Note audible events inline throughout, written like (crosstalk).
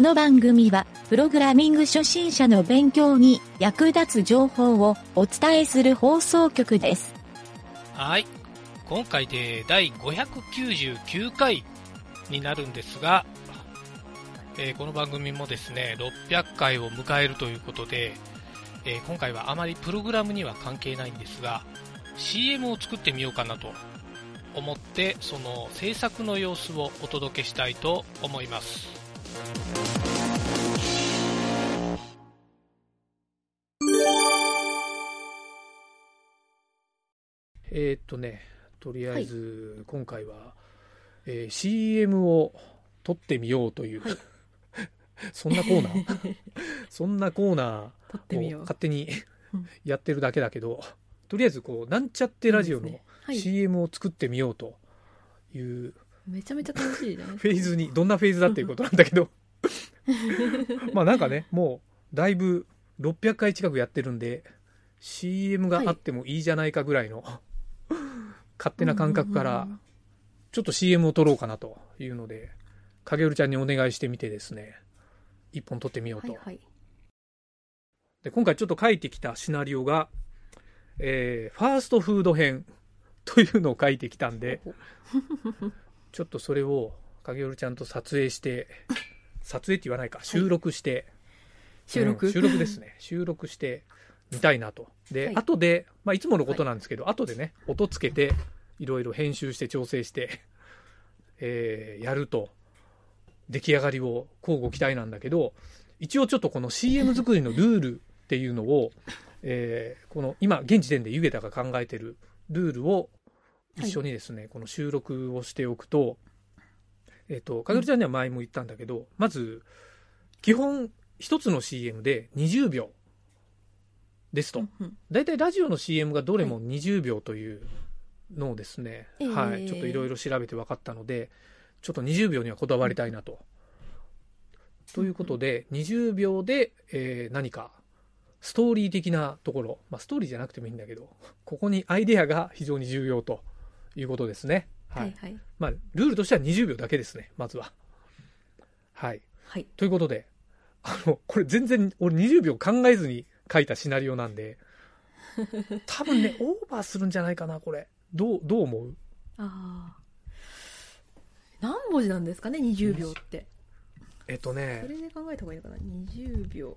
の番組は、プログラミング初心者の勉強に役立つ情報をお伝えする放送局です。はい。今回で第599回になるんですが、えーこの番組もですね、600回を迎えるということで、えー今回はあまりプログラムには関係ないんですが、CM を作ってみようかなと思って、その制作の様子をお届けしたいと思います。えーっとね、とりあえず今回は、えー CM を撮ってみようという、はい (laughs) そんなコーナ (laughs) ーそんなコーナ撮ってみーをよう。勝手にうんやってるだけだけど、とりあえずこうなんちゃってラジオのいいですねはい。 CM を作ってみようというめちゃめちゃ楽しいじゃないですフか。ェーズにどんなフェーズだっていうことなん (laughs) だけどまあなんかねもうだいぶ600回近くやってるんで CM があってもいいじゃないかぐらいの、勝手な感覚かうらんうんうんちょっと CM を撮ろうかなというので影るちゃんにお願いしてみてですね一本撮ってみようはと、いはい。で今回ちょっと書いてきたシナリオが、えーファーストフード編 (laughs) というのを書いてきたんでほうちょっとそれを影るちゃんと撮影して撮影って言わないか収録して、収録、うん収録ですね収録してみたいなとで、はい後で、まあ、いつものことなんですけど、後でね音つけていろいろ編集して調整して、えーやると出来上がりを交互期待なんだけど一応ちょっとこの CM 作りのルールっていうのを、 (laughs) えーこの今現時点で湯桁が考えてるルールを一緒にですね、この収録をしておくと、えっ、と、かぐるちゃんには前も言ったんだけど、まず、基本、一つの CM で20秒です (laughs) と。うんうん大体ラジオの CM がどれも20秒というのをですね、えーはい、ちょっといろいろ調べて分かったので、ちょっと20秒にはこだわりたいなと。ということで、20秒で、えー何か、ストーリー的なところ、まあ、ストーリーじゃなくてもいいんだけど、ここにアイデアが非常に重要ということですね。ははいい。はい。まあ、ルールとしては20秒だけですね、まずは。はい。はい。ということで、あの、これ全然俺20秒考えずに書いたシナリオな (laughs) んで、多分ね、オーバーするんじゃないかな、これ。どう、どう思うああ。何文字なんですかね、20秒って。えっとそね、れで考えた方がいいのかな、20秒。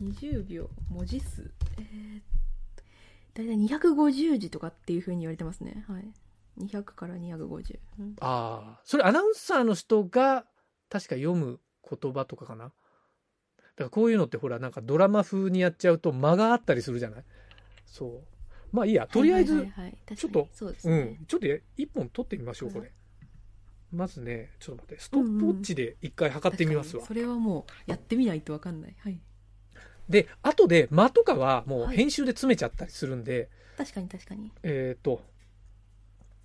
20秒、文字数。えーっと、だいたい250字とかっていうふうに言われてますね。はい。200から250。うんああ、それアナウンサーの人が確か読む言葉とかかな。だからこういうのってほら、なんかドラマ風にやっちゃうと間があったりするじゃないそう。まあいいや、とりあえず、はいはいはいはいちょっと、確かにそうですうね。ん、ちょっとや一本取ってみましょう、こうれ。まずね、ちょっと待って、ストップウォッチで一回測ってみますわ確。かにそれはもう、やってみないとわかんない。はい。で、後で間とかはもうはい編集で詰めちゃったりするんで、確かに確かに。えっ、と、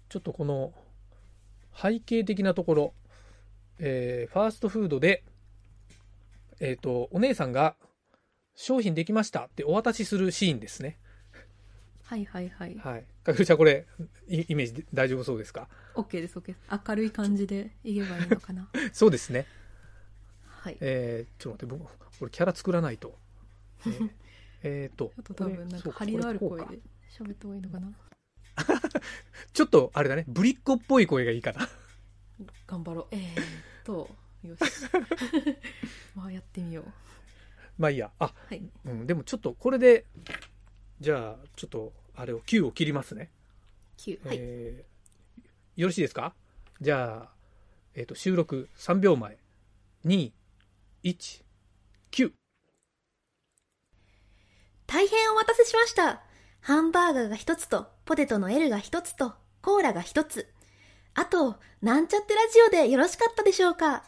ちょっとこの背景的なところ、えーファーストフードで、えっ、と、お姉さんが商品できましたってお渡しするシーンですね。はいはいはい。はい。かぐるちゃんこれ、イイメージで大丈夫そうですか OK です、OK です。明るい感じでいけばいいのかな。そうですね。 (laughs) はい。ちえー、ちょっと待って、僕、俺キャラ作らないと。え (laughs) ーえーと、ょっと多分、なんか張りのある声で喋った方がいいのかな。ちょっとあれだね、ぶりっ子っぽい声がいいかな。 (laughs) 頑張ろう。えーっと、よし。 (laughs) まあ、やってみよう。まあいいや。あ、はい。うん、でもちょっとこれで、じゃあ、ちょっと、あれを、9を切りますね。 9。はい。えーよろしいですかじゃあ、えっ、と、収録3秒前。2、1、9。大変お待たせしました。ハンバーガーが一つと、ポテトの L が一つと、コーラが一つ。あと、なんちゃってラジオでよろしかったでしょうか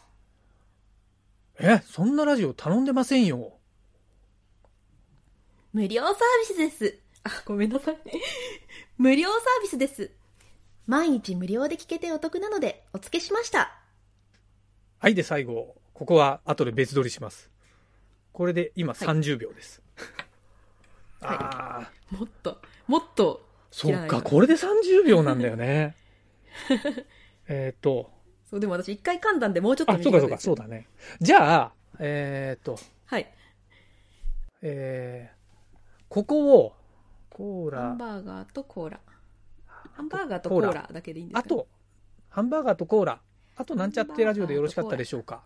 え、そんなラジオ頼んでませんよ。無料サービスです。あ、ごめんなさい。 (laughs) 無料サービスです。毎日無料で聞けてお得なので、お付けしました。はい、で、最後。ここは後で別撮りします。これで今はい30秒です。はいああ、もっと、もっと、そ嫌ういか、な (laughs) これで30秒なんだよね。えっと、そう、でも私一回噛んだんでもうちょっと。あ、そうかそうか、そううだね。じゃあ、えーっと、はい。えーここを、コーハンラ、バーガーとコーラ。ハンバーガーとコーラだけでいいんですかあ、と、ハンバーガーとコーラ、あとなんちゃってラジオでよろしかったでしょうか。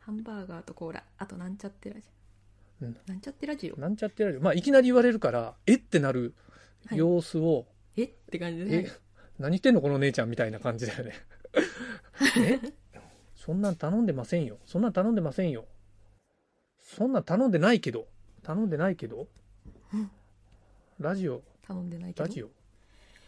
ハンバーガーとコーラ。あとなんちゃってラジオ。うんなんちゃってラジオ。なんちゃってラジオ。まあ、いきなり言われるから、えってなるはい様子を、えって感じで、え、何言ってんのこの姉ちゃんみたいな感じ (laughs) だよね。えそんなん頼んでませんよ。そんなん頼んでませんよ。そんなん頼んでないけど。頼んでないけどうんラジオ、頼んでないけど。ラジオ。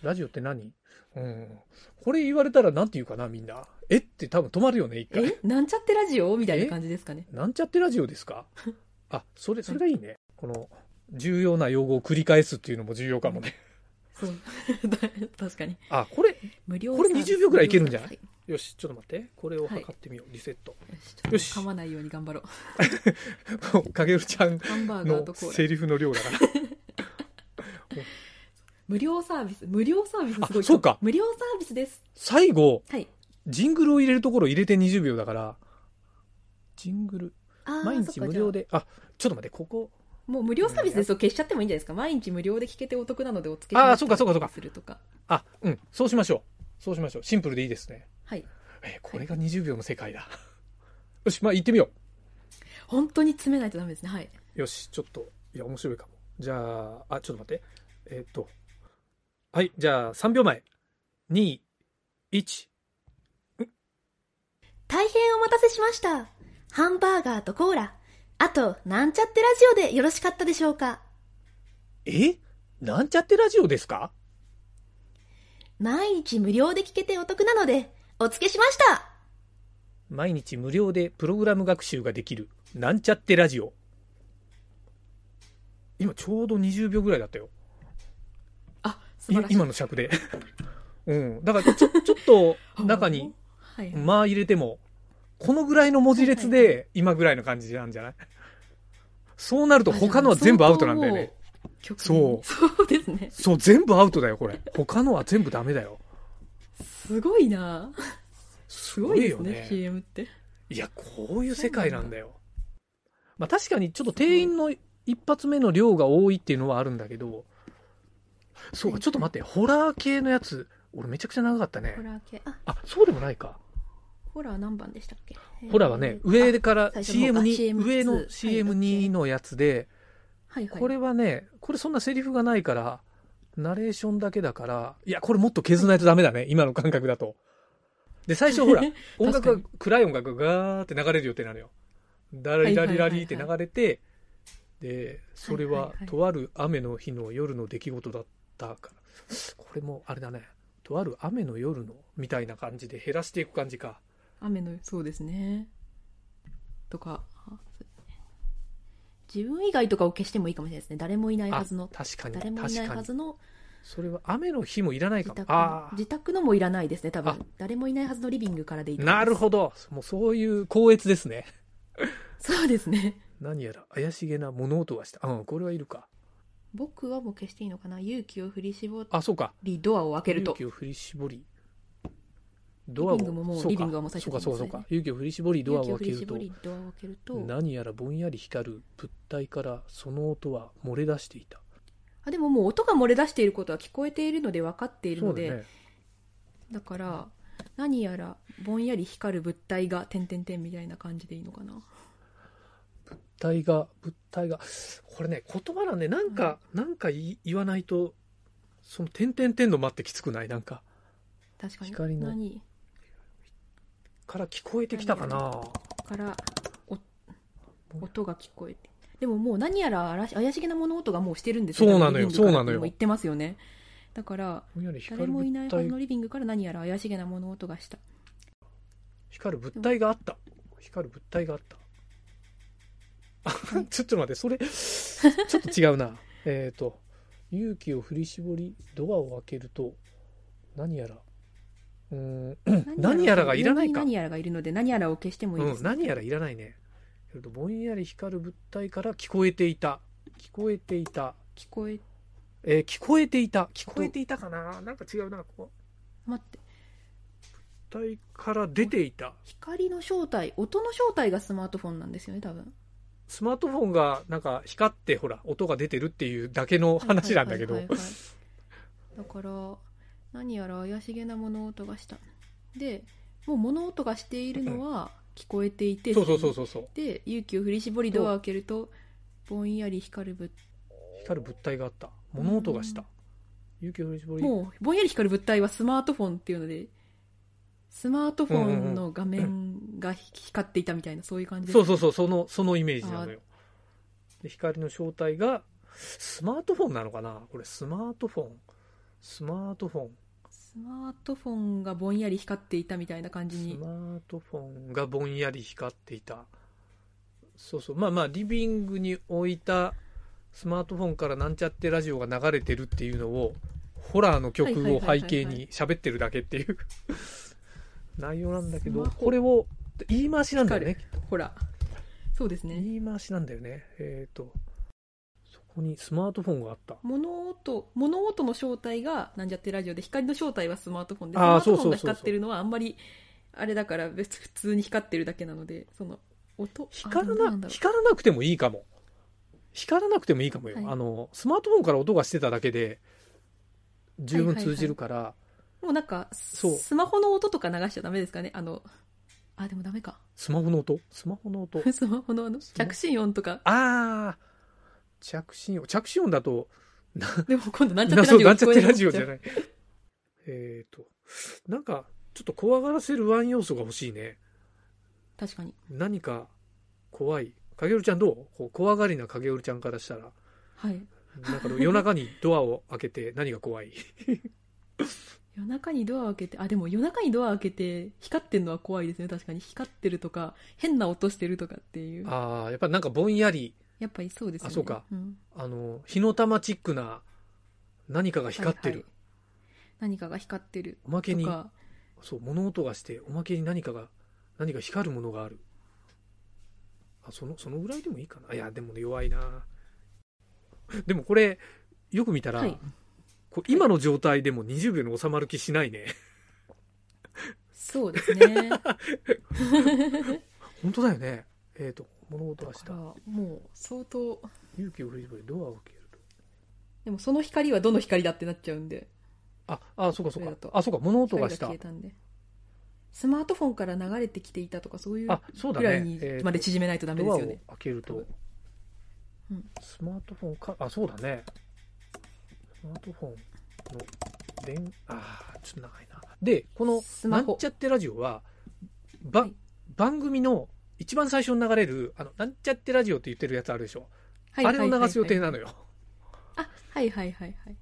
ラジオって何うん。これ言われたらなんて言うかな、みんな。えって多分止まるよね、一回。えなんちゃってラジオみたいな感じですかね。なんちゃってラジオです (laughs) かあ、それ、それがいいね。この、重要な用語を繰り返すっていうのも重要かもね。そう。だ (laughs) 確かに。 (laughs) あ、これ、無料これサービス20秒ぐらいいけるんじゃないはいよし、ちょっと待って。これを測ってみよう。リセッ (laughs) ト。よし、ちょっとよし噛まないように頑張ろう。かげるちゃんハンバーガーとのコーラ。セリフの量だから。無料サービス。無料サービスすごい。あそうか無料サービスです。最後、はい。ジングルを入れるところ入れて20秒だから、ジングル、あー毎日無料。で、あ、ちょっと待って、ここ、もう無料サービスですを消しちゃってもいいんじゃないですか。毎日無料で聞けてお得なのでお付けしあーますそうかそうかそうかするとか。あ、うん、そうしましょう。そうしましょう。シンプルでいいですね。はい。えーこれが20秒の世界だ。 (laughs) よし、まあ行ってみよ本当に詰めないとダメですね。はい。う。よし、ちょっと、いや、面白いかも。じゃあ、あ、ちょっと待って。えーっと、はい、じゃあ3秒前。2、1、大変お待たせしました。ハンバーガーとコーラ。あと、なんちゃってラジオでよろしかったでしょうかえなんちゃってラジオですか毎日無料で聞けてお得なので、お付けしました毎日無料でプログラム学習ができるなんちゃってラジオ今ちょうど20秒ぐらいだったよあ、素い晴らしい。今の尺で (laughs) うんだからちょちょっと中にはい。 「間」入れてもこのぐらいの文字列で今ぐらいの感じなんじゃないそうなると他のは全部アウトなんだよね。そう。そうですね。そう全部アウトだよこれ他のは全部ダメだよすごいなすすごいですね、CM って。いや、こういう世界なんだよ。まあ確かにちょっと定員の一発目の量が多いっていうのはあるんだけど、そうか、ちょっと待って、ホラー系のやつ、俺めちゃくちゃ長かったねホ。ラー系。あ、あ、そうでもないか。ホラー何番でしたっけホラーはね、上から最初の CM あ CM に、上はのい CM2 OK のやつで、はいはい。これはね、これそんなセリフがないから、ナレーションだけだから、いや、これもっと削らないとダメだね、今の感覚だと。で、最初ほら、音楽 (laughs) 確が、暗い音楽がガーって流れる予定なのよ。ダリダリラリーって流れて、で、それはいははいはいとある雨の日の夜の出来事だったから、これもあれだね、とある雨の夜のみたいな感じで減らしていく感じか。雨の、そうですね。とか。あ自分以外とかを消してもいいかもしれないですね。誰もいないあはずの、。確かに、誰もい確ないかはに。ずのそれは雨の日もいらない自かも。宅のああ。自宅のもいらないですね、多あ分。誰もいないはずのリビングからでいいと思いますなるほど。もうそういう光悦ですね。 (laughs) そうですね。何やら怪しげな物音がした。うん、これはいるか。僕はもう消していいのかな勇気を振り絞あ、そうか。り、ドアを開けると勇気。を振り絞り、ドアを、リビングももうそうかリビングはもう最初そうか、そうか、そそううですねか。勇気を振り絞り、ドアを勇開気け振りる絞と、り、ドアを開けると。何やらぼんやり光る物体からその音は漏れ出していた。あでももう音が漏れ出していることは聞こえているので分かっているのでだ,、ね。から何やらぼんやり光る物体が点々点みたいな感じでいいのかな物体が、物体が、これね、言葉なんで、なんか、なんか言い言わないと、その、点々点の間ってきつくないなんか、確かに光の何から聞こえてきたかなからお音が聞こえてでももう何やら怪し怪しげな物音がもうしてるんですそうなのリよビングからそうなのよも言ってますよねだからぼんやり光誰るもいない物はず体のリビングから何やら怪しげな物音がした光る物体があった。光る物体があった。あ、ちょっと待って、そ (laughs) れ、ちょっと違うな。えっと、勇気を振り絞り、ドアを開けると、何やら、うーん、何やらがいらないか。何やらがいるので何やらを消してもいいでうす、ん、何やらいらないね。えっとぼんやり光る物体から聞こえていた。聞こえていた。聞こええー聞こえていた。聞こえていたかななんか違うな、ここ。待って体から出ていた。光の正体音の正体がスマートフォンなんですよね多分スマートフォンがなんか光ってほら、音が出てるっていうだけの話なんだけどはい、はいはいはいだから何やら怪しげな物音がしたでもう物音がしているのは聞こえていてそうそうそうそうそう。で勇気を振り絞りドアを開けるとぼんやり光る物光る物体があった。物音がしたうん。勇気を振り絞り。もうぼんやり光る物体はスマートフォンっていうのでスマートフォンの画面が光っていたみたいなそういう感じですそうそうそう、その、そのイメージなのよ。で、光の正体が、スマートフォンなのかなこれ、スマートフォン。スマートフォン。スマートフォンがぼんやり光っていたみたいな感じスにマートフォンがぼんやり光っていた。そうそう。まあまあ、リビングに置いたスマートフォンからなんちゃってラジオが流れてるっていうのを、ホラーの曲を背景に喋ってるだけっていう (laughs) 内容なんだけど、スマホこれを言い回しなんだよね、きっと。ほらそうですね言い回しなんだよね。えっ、と、そこにスマートフォンがあった。物音物音の正体がなんじゃってラジオで光の正体はスマートフォンでスマあーートフォンがそうそうそうそう光ってるのはあんまりあれだから別普通に光ってるだけなのでその音光あどうらんなだろう光らなくてもいいかも光らなくてもいいかもよ、はいあのスマートフォンから音がしてただけで十分通じるから、もうなんかそうスマホの音とか流しちゃダメですかねあのあでもダメか (laughs) スマホの音スマホの音スマホのあのスマ着信音とかあー着信音着信音だとなでも今度なんちゃなってそラうジオなんちゃってラジオ聞こじえるゃないえっとなんかちょっと怖がらせるワン要素が欲しいね確かに何か怖い影るちゃんどうこう怖がりな影るちゃんからしたらはいなんか夜中にドアを開けて何が怖い (laughs) 夜中にドアを開けてあでも夜中にドアを開けて光ってるのは怖いですね確かに光ってるとか変な音してるとかっていうああやっぱなんかぼんやりやっぱりそうですよねあそうかんあの、火の玉チックな何かが光っはてる。いはい何かが光ってるおまけとに、かそう、物音がして、おまけに何かが、何か光るものがある。あ、その、そのぐらいでもいいかな。あいや、でもね弱いな。でもこれ、よく見たら、はいこう今の状態でも20秒に収まる気しないね。そうです (laughs) ねだか本当だよね。えっ、と、物音がしたら。もう相当勇気を振り絞り、ドアを開けると。でもその光はどの光だってなっちゃうんであ、あ、そうかそそうれだか。とあ、そうか、物音光ががした消え。たんでスマートフォンから流れてきていたとかそういうあ、そうだぐらいねに。えーとまで縮めないとダメでドアすをよね、開ける多と分うんスマートフォンかあそうだねスマートフォンの電あーちょっと長いなでこの「スなマんホちゃってラジオは」ばはい番組の一番最初に流れる「あのなんちゃってラジオ」って言ってるやつあるでしょ、はいはいはいあれを流す予定はいなのよ、あはいはいはいはい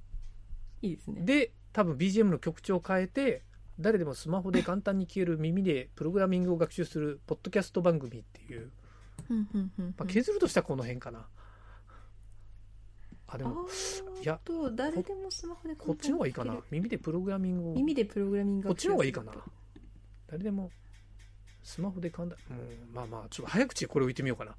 いいですねで多分 BGM の曲調を変えて誰でもスマホで簡単に消える耳でプログラミングを学習するポッドキャスト番組っていう、うんうんうんうんまあ、削るとしたらこの辺かな、あであもーいやと誰でもスマホでこっちの方がいいかな簡単に耳でプログラミングを耳でプログラミングこっがちの方がいいかな誰でもスマホで簡単うんまあまあちょっと早口でこれを言ってみようかな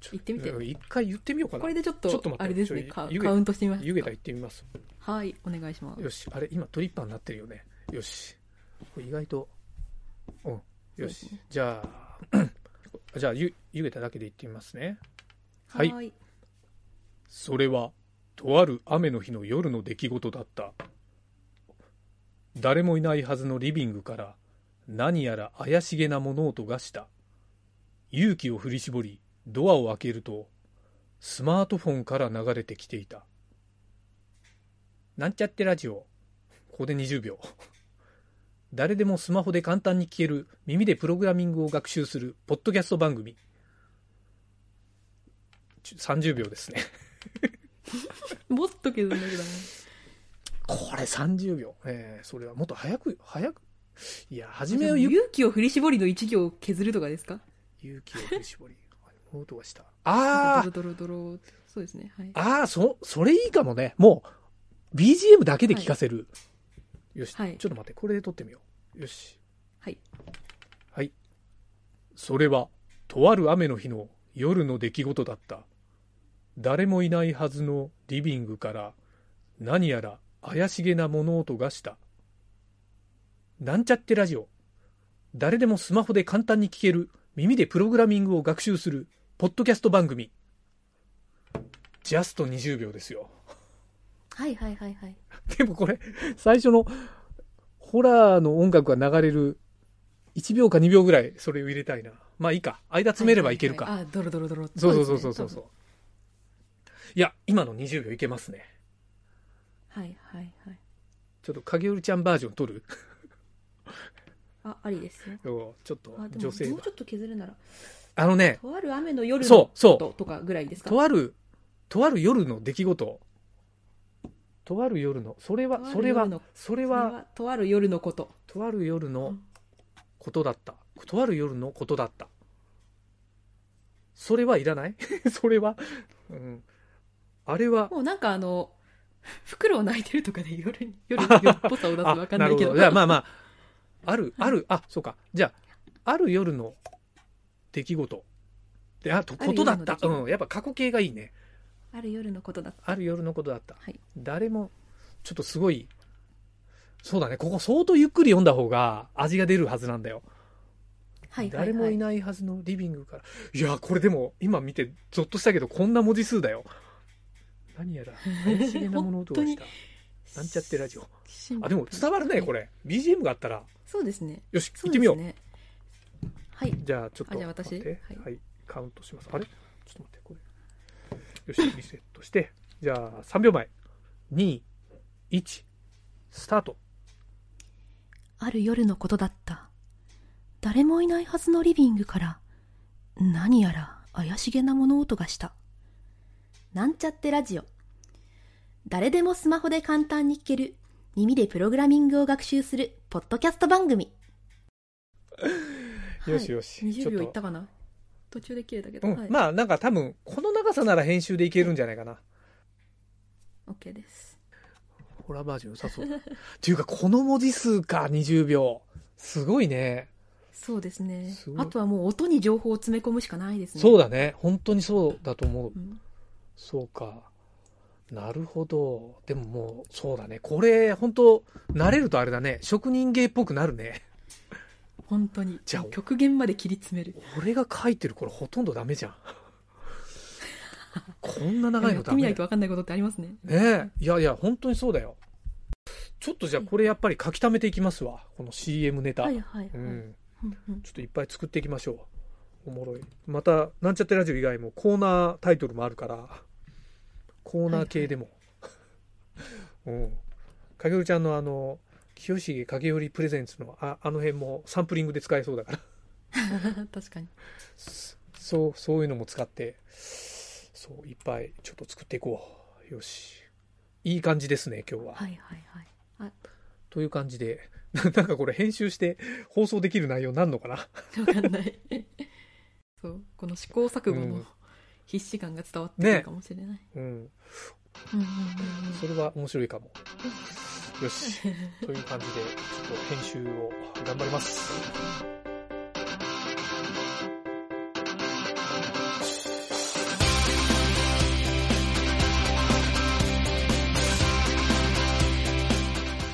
ちょ言ってみてうん一回言ってみようかなこれでちょっとちょっと待ってあれですねちょカ湯気カウントしてみます湯気が言ってみますはいお願いしますよしあれ今トリッパーになってるよねよしこれ意外とうんそよし、うですねじゃあじゃあ (clears throat) ゆ湯気ただけで言ってみますねはいーいそれは、とある雨の日の夜の出来事だった。誰もいないはずのリビングから、何やら怪しげな物音がした。勇気を振り絞り、ドアを開けると、スマートフォンから流れてきていた。なんちゃってラジオ。ここで20秒。誰でもスマホで簡単に消える耳でプログラミングを学習するポッドキャスト番組。ちょ30秒ですね。もっと削るんだけどねこれ30秒。えー、それはもっと早く、早く。いや、初めでもはゆ勇気を振り絞りの一行を削るとかですか勇気を振り絞り。あ音がした。あー、ドロドロドロそうですねはいあー、そ、それいいかもね。もう、BGM だけで聞かせる。よし、はいちょっと待って、これで撮ってみよう。よし。はいはい。それは、とある雨の日の夜の出来事だった。誰もいないはずのリビングから、何やら怪しげな物音がした。なんちゃってラジオ。誰でもスマホで簡単に聞ける、耳でプログラミングを学習する、ポッドキャスト番組。ジャスト20秒ですよ。はいはいはいはい。でもこれ、最初の、ホラーの音楽が流れる、1秒か2秒ぐらい、それを入れたいな。まあいいか。間詰めればいけるか。あ、ドロドロドロ。そうそうそうそうそうですそねう。いや、今の20秒いけますね。多分はいはいはい。ちょっと影織ちゃんバージョン取るあ、ありですよ。おちょっとあ、でも女性もはうちょっと削るなら、あのね、とある雨の夜のそうそうととかぐらいですかとある、とある夜の出来事。とある夜の、それは、とあそるれ夜はの、そそれれは、はとある夜のこと。とある夜のことだった。とある夜のことだった。それはいらない (laughs) それは、うん。あれは、もうなんかあの、袋を泣いてるとかで夜に、夜に夜っぽさを出すわかんないけど。 (laughs) じゃあまあまあ、ある、ある、あ、そうか。じゃあ、ある夜の出来事。で、あと、あることだっ夜の出た来。事うん、やっぱ過去形がいいね。 (laughs) ある夜のことだ。ある夜のことだった。はい誰も、ちょっとすごい、そうだね、ここ相当ゆっくり読んだ方が味が出るはずなんだよ。はいはい、はい。誰もいないはずのリビングから。いや、これでも、今見てゾッとしたけど、こんな文字数だよ。何やら、怪しげな物音 (laughs) がした。なんちゃってラジオ。あ、でも伝わるね、これ。れ。BGM があったら。そうですね。よし、そ行っうてでみようす。ね。はい。じゃあちょっとあじゃあ私待って、ははいいカウントしますあれちょっと待ってこれよしリセットしてじゃあ3秒前21スタートある夜のことだった。誰もいないはずのリビングから、何やら怪しげな物音がした。なんちゃってラジオ。誰でもスマホで簡単に聞ける、耳でプログラミングを学習する、ポッドキャスト番組。 (laughs) よしよし20秒いっとたかな途中で切れたけど。うんはい。まあなんか多分この長さなら編集でいけるんじゃないかな、 OK です。ホラーバージョン良さそうだ (laughs) っていうかこの文字数か20秒すごいねそうですねすご。あいとはもう音に情報を詰め込むしかないですね。そうう。だね本当にそうだと思ううん、そうかなるほどでももうそうだねこれ本当慣れるとあれだね職人芸っぽくなるね本当に。じゃあ極限まで切り詰める。俺が書いてるこれほとんどダメじゃんこんな長いやのってダみなメだいよとわかんないことってありますね。ねえいやいや本当にそうだよちょっとじゃあこれやっぱり書き溜めていきますわこの CM ネタ、はいはいはい。うん、うんうんちょっといっぱい作っていきましょうおもろいまたなんちゃってラジオ以外もコーナータイトルもあるからコーナー系でも、うん影織ちゃんのあの清重影織プレゼンツのああの辺もサンプリングで使えそうだから確 (laughs) かに。そう、そういうのも使って、そう、いっぱいちょっと作っていこう。よし。いい感じですね、今日は。はいはいはい。という感じで、 (laughs) ななんかこれ編集して放送できる内容になんのかなわかんない。 (laughs) そう。この試行錯誤うんの必死感が伝わってくるかもしれない。うん。うんうんそれは面白いかも。よし。という感じで、ちょっと編集を頑張ります。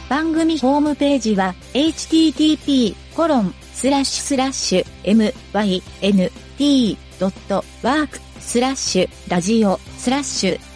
番組ホームページは http://mynt.work/.radio/.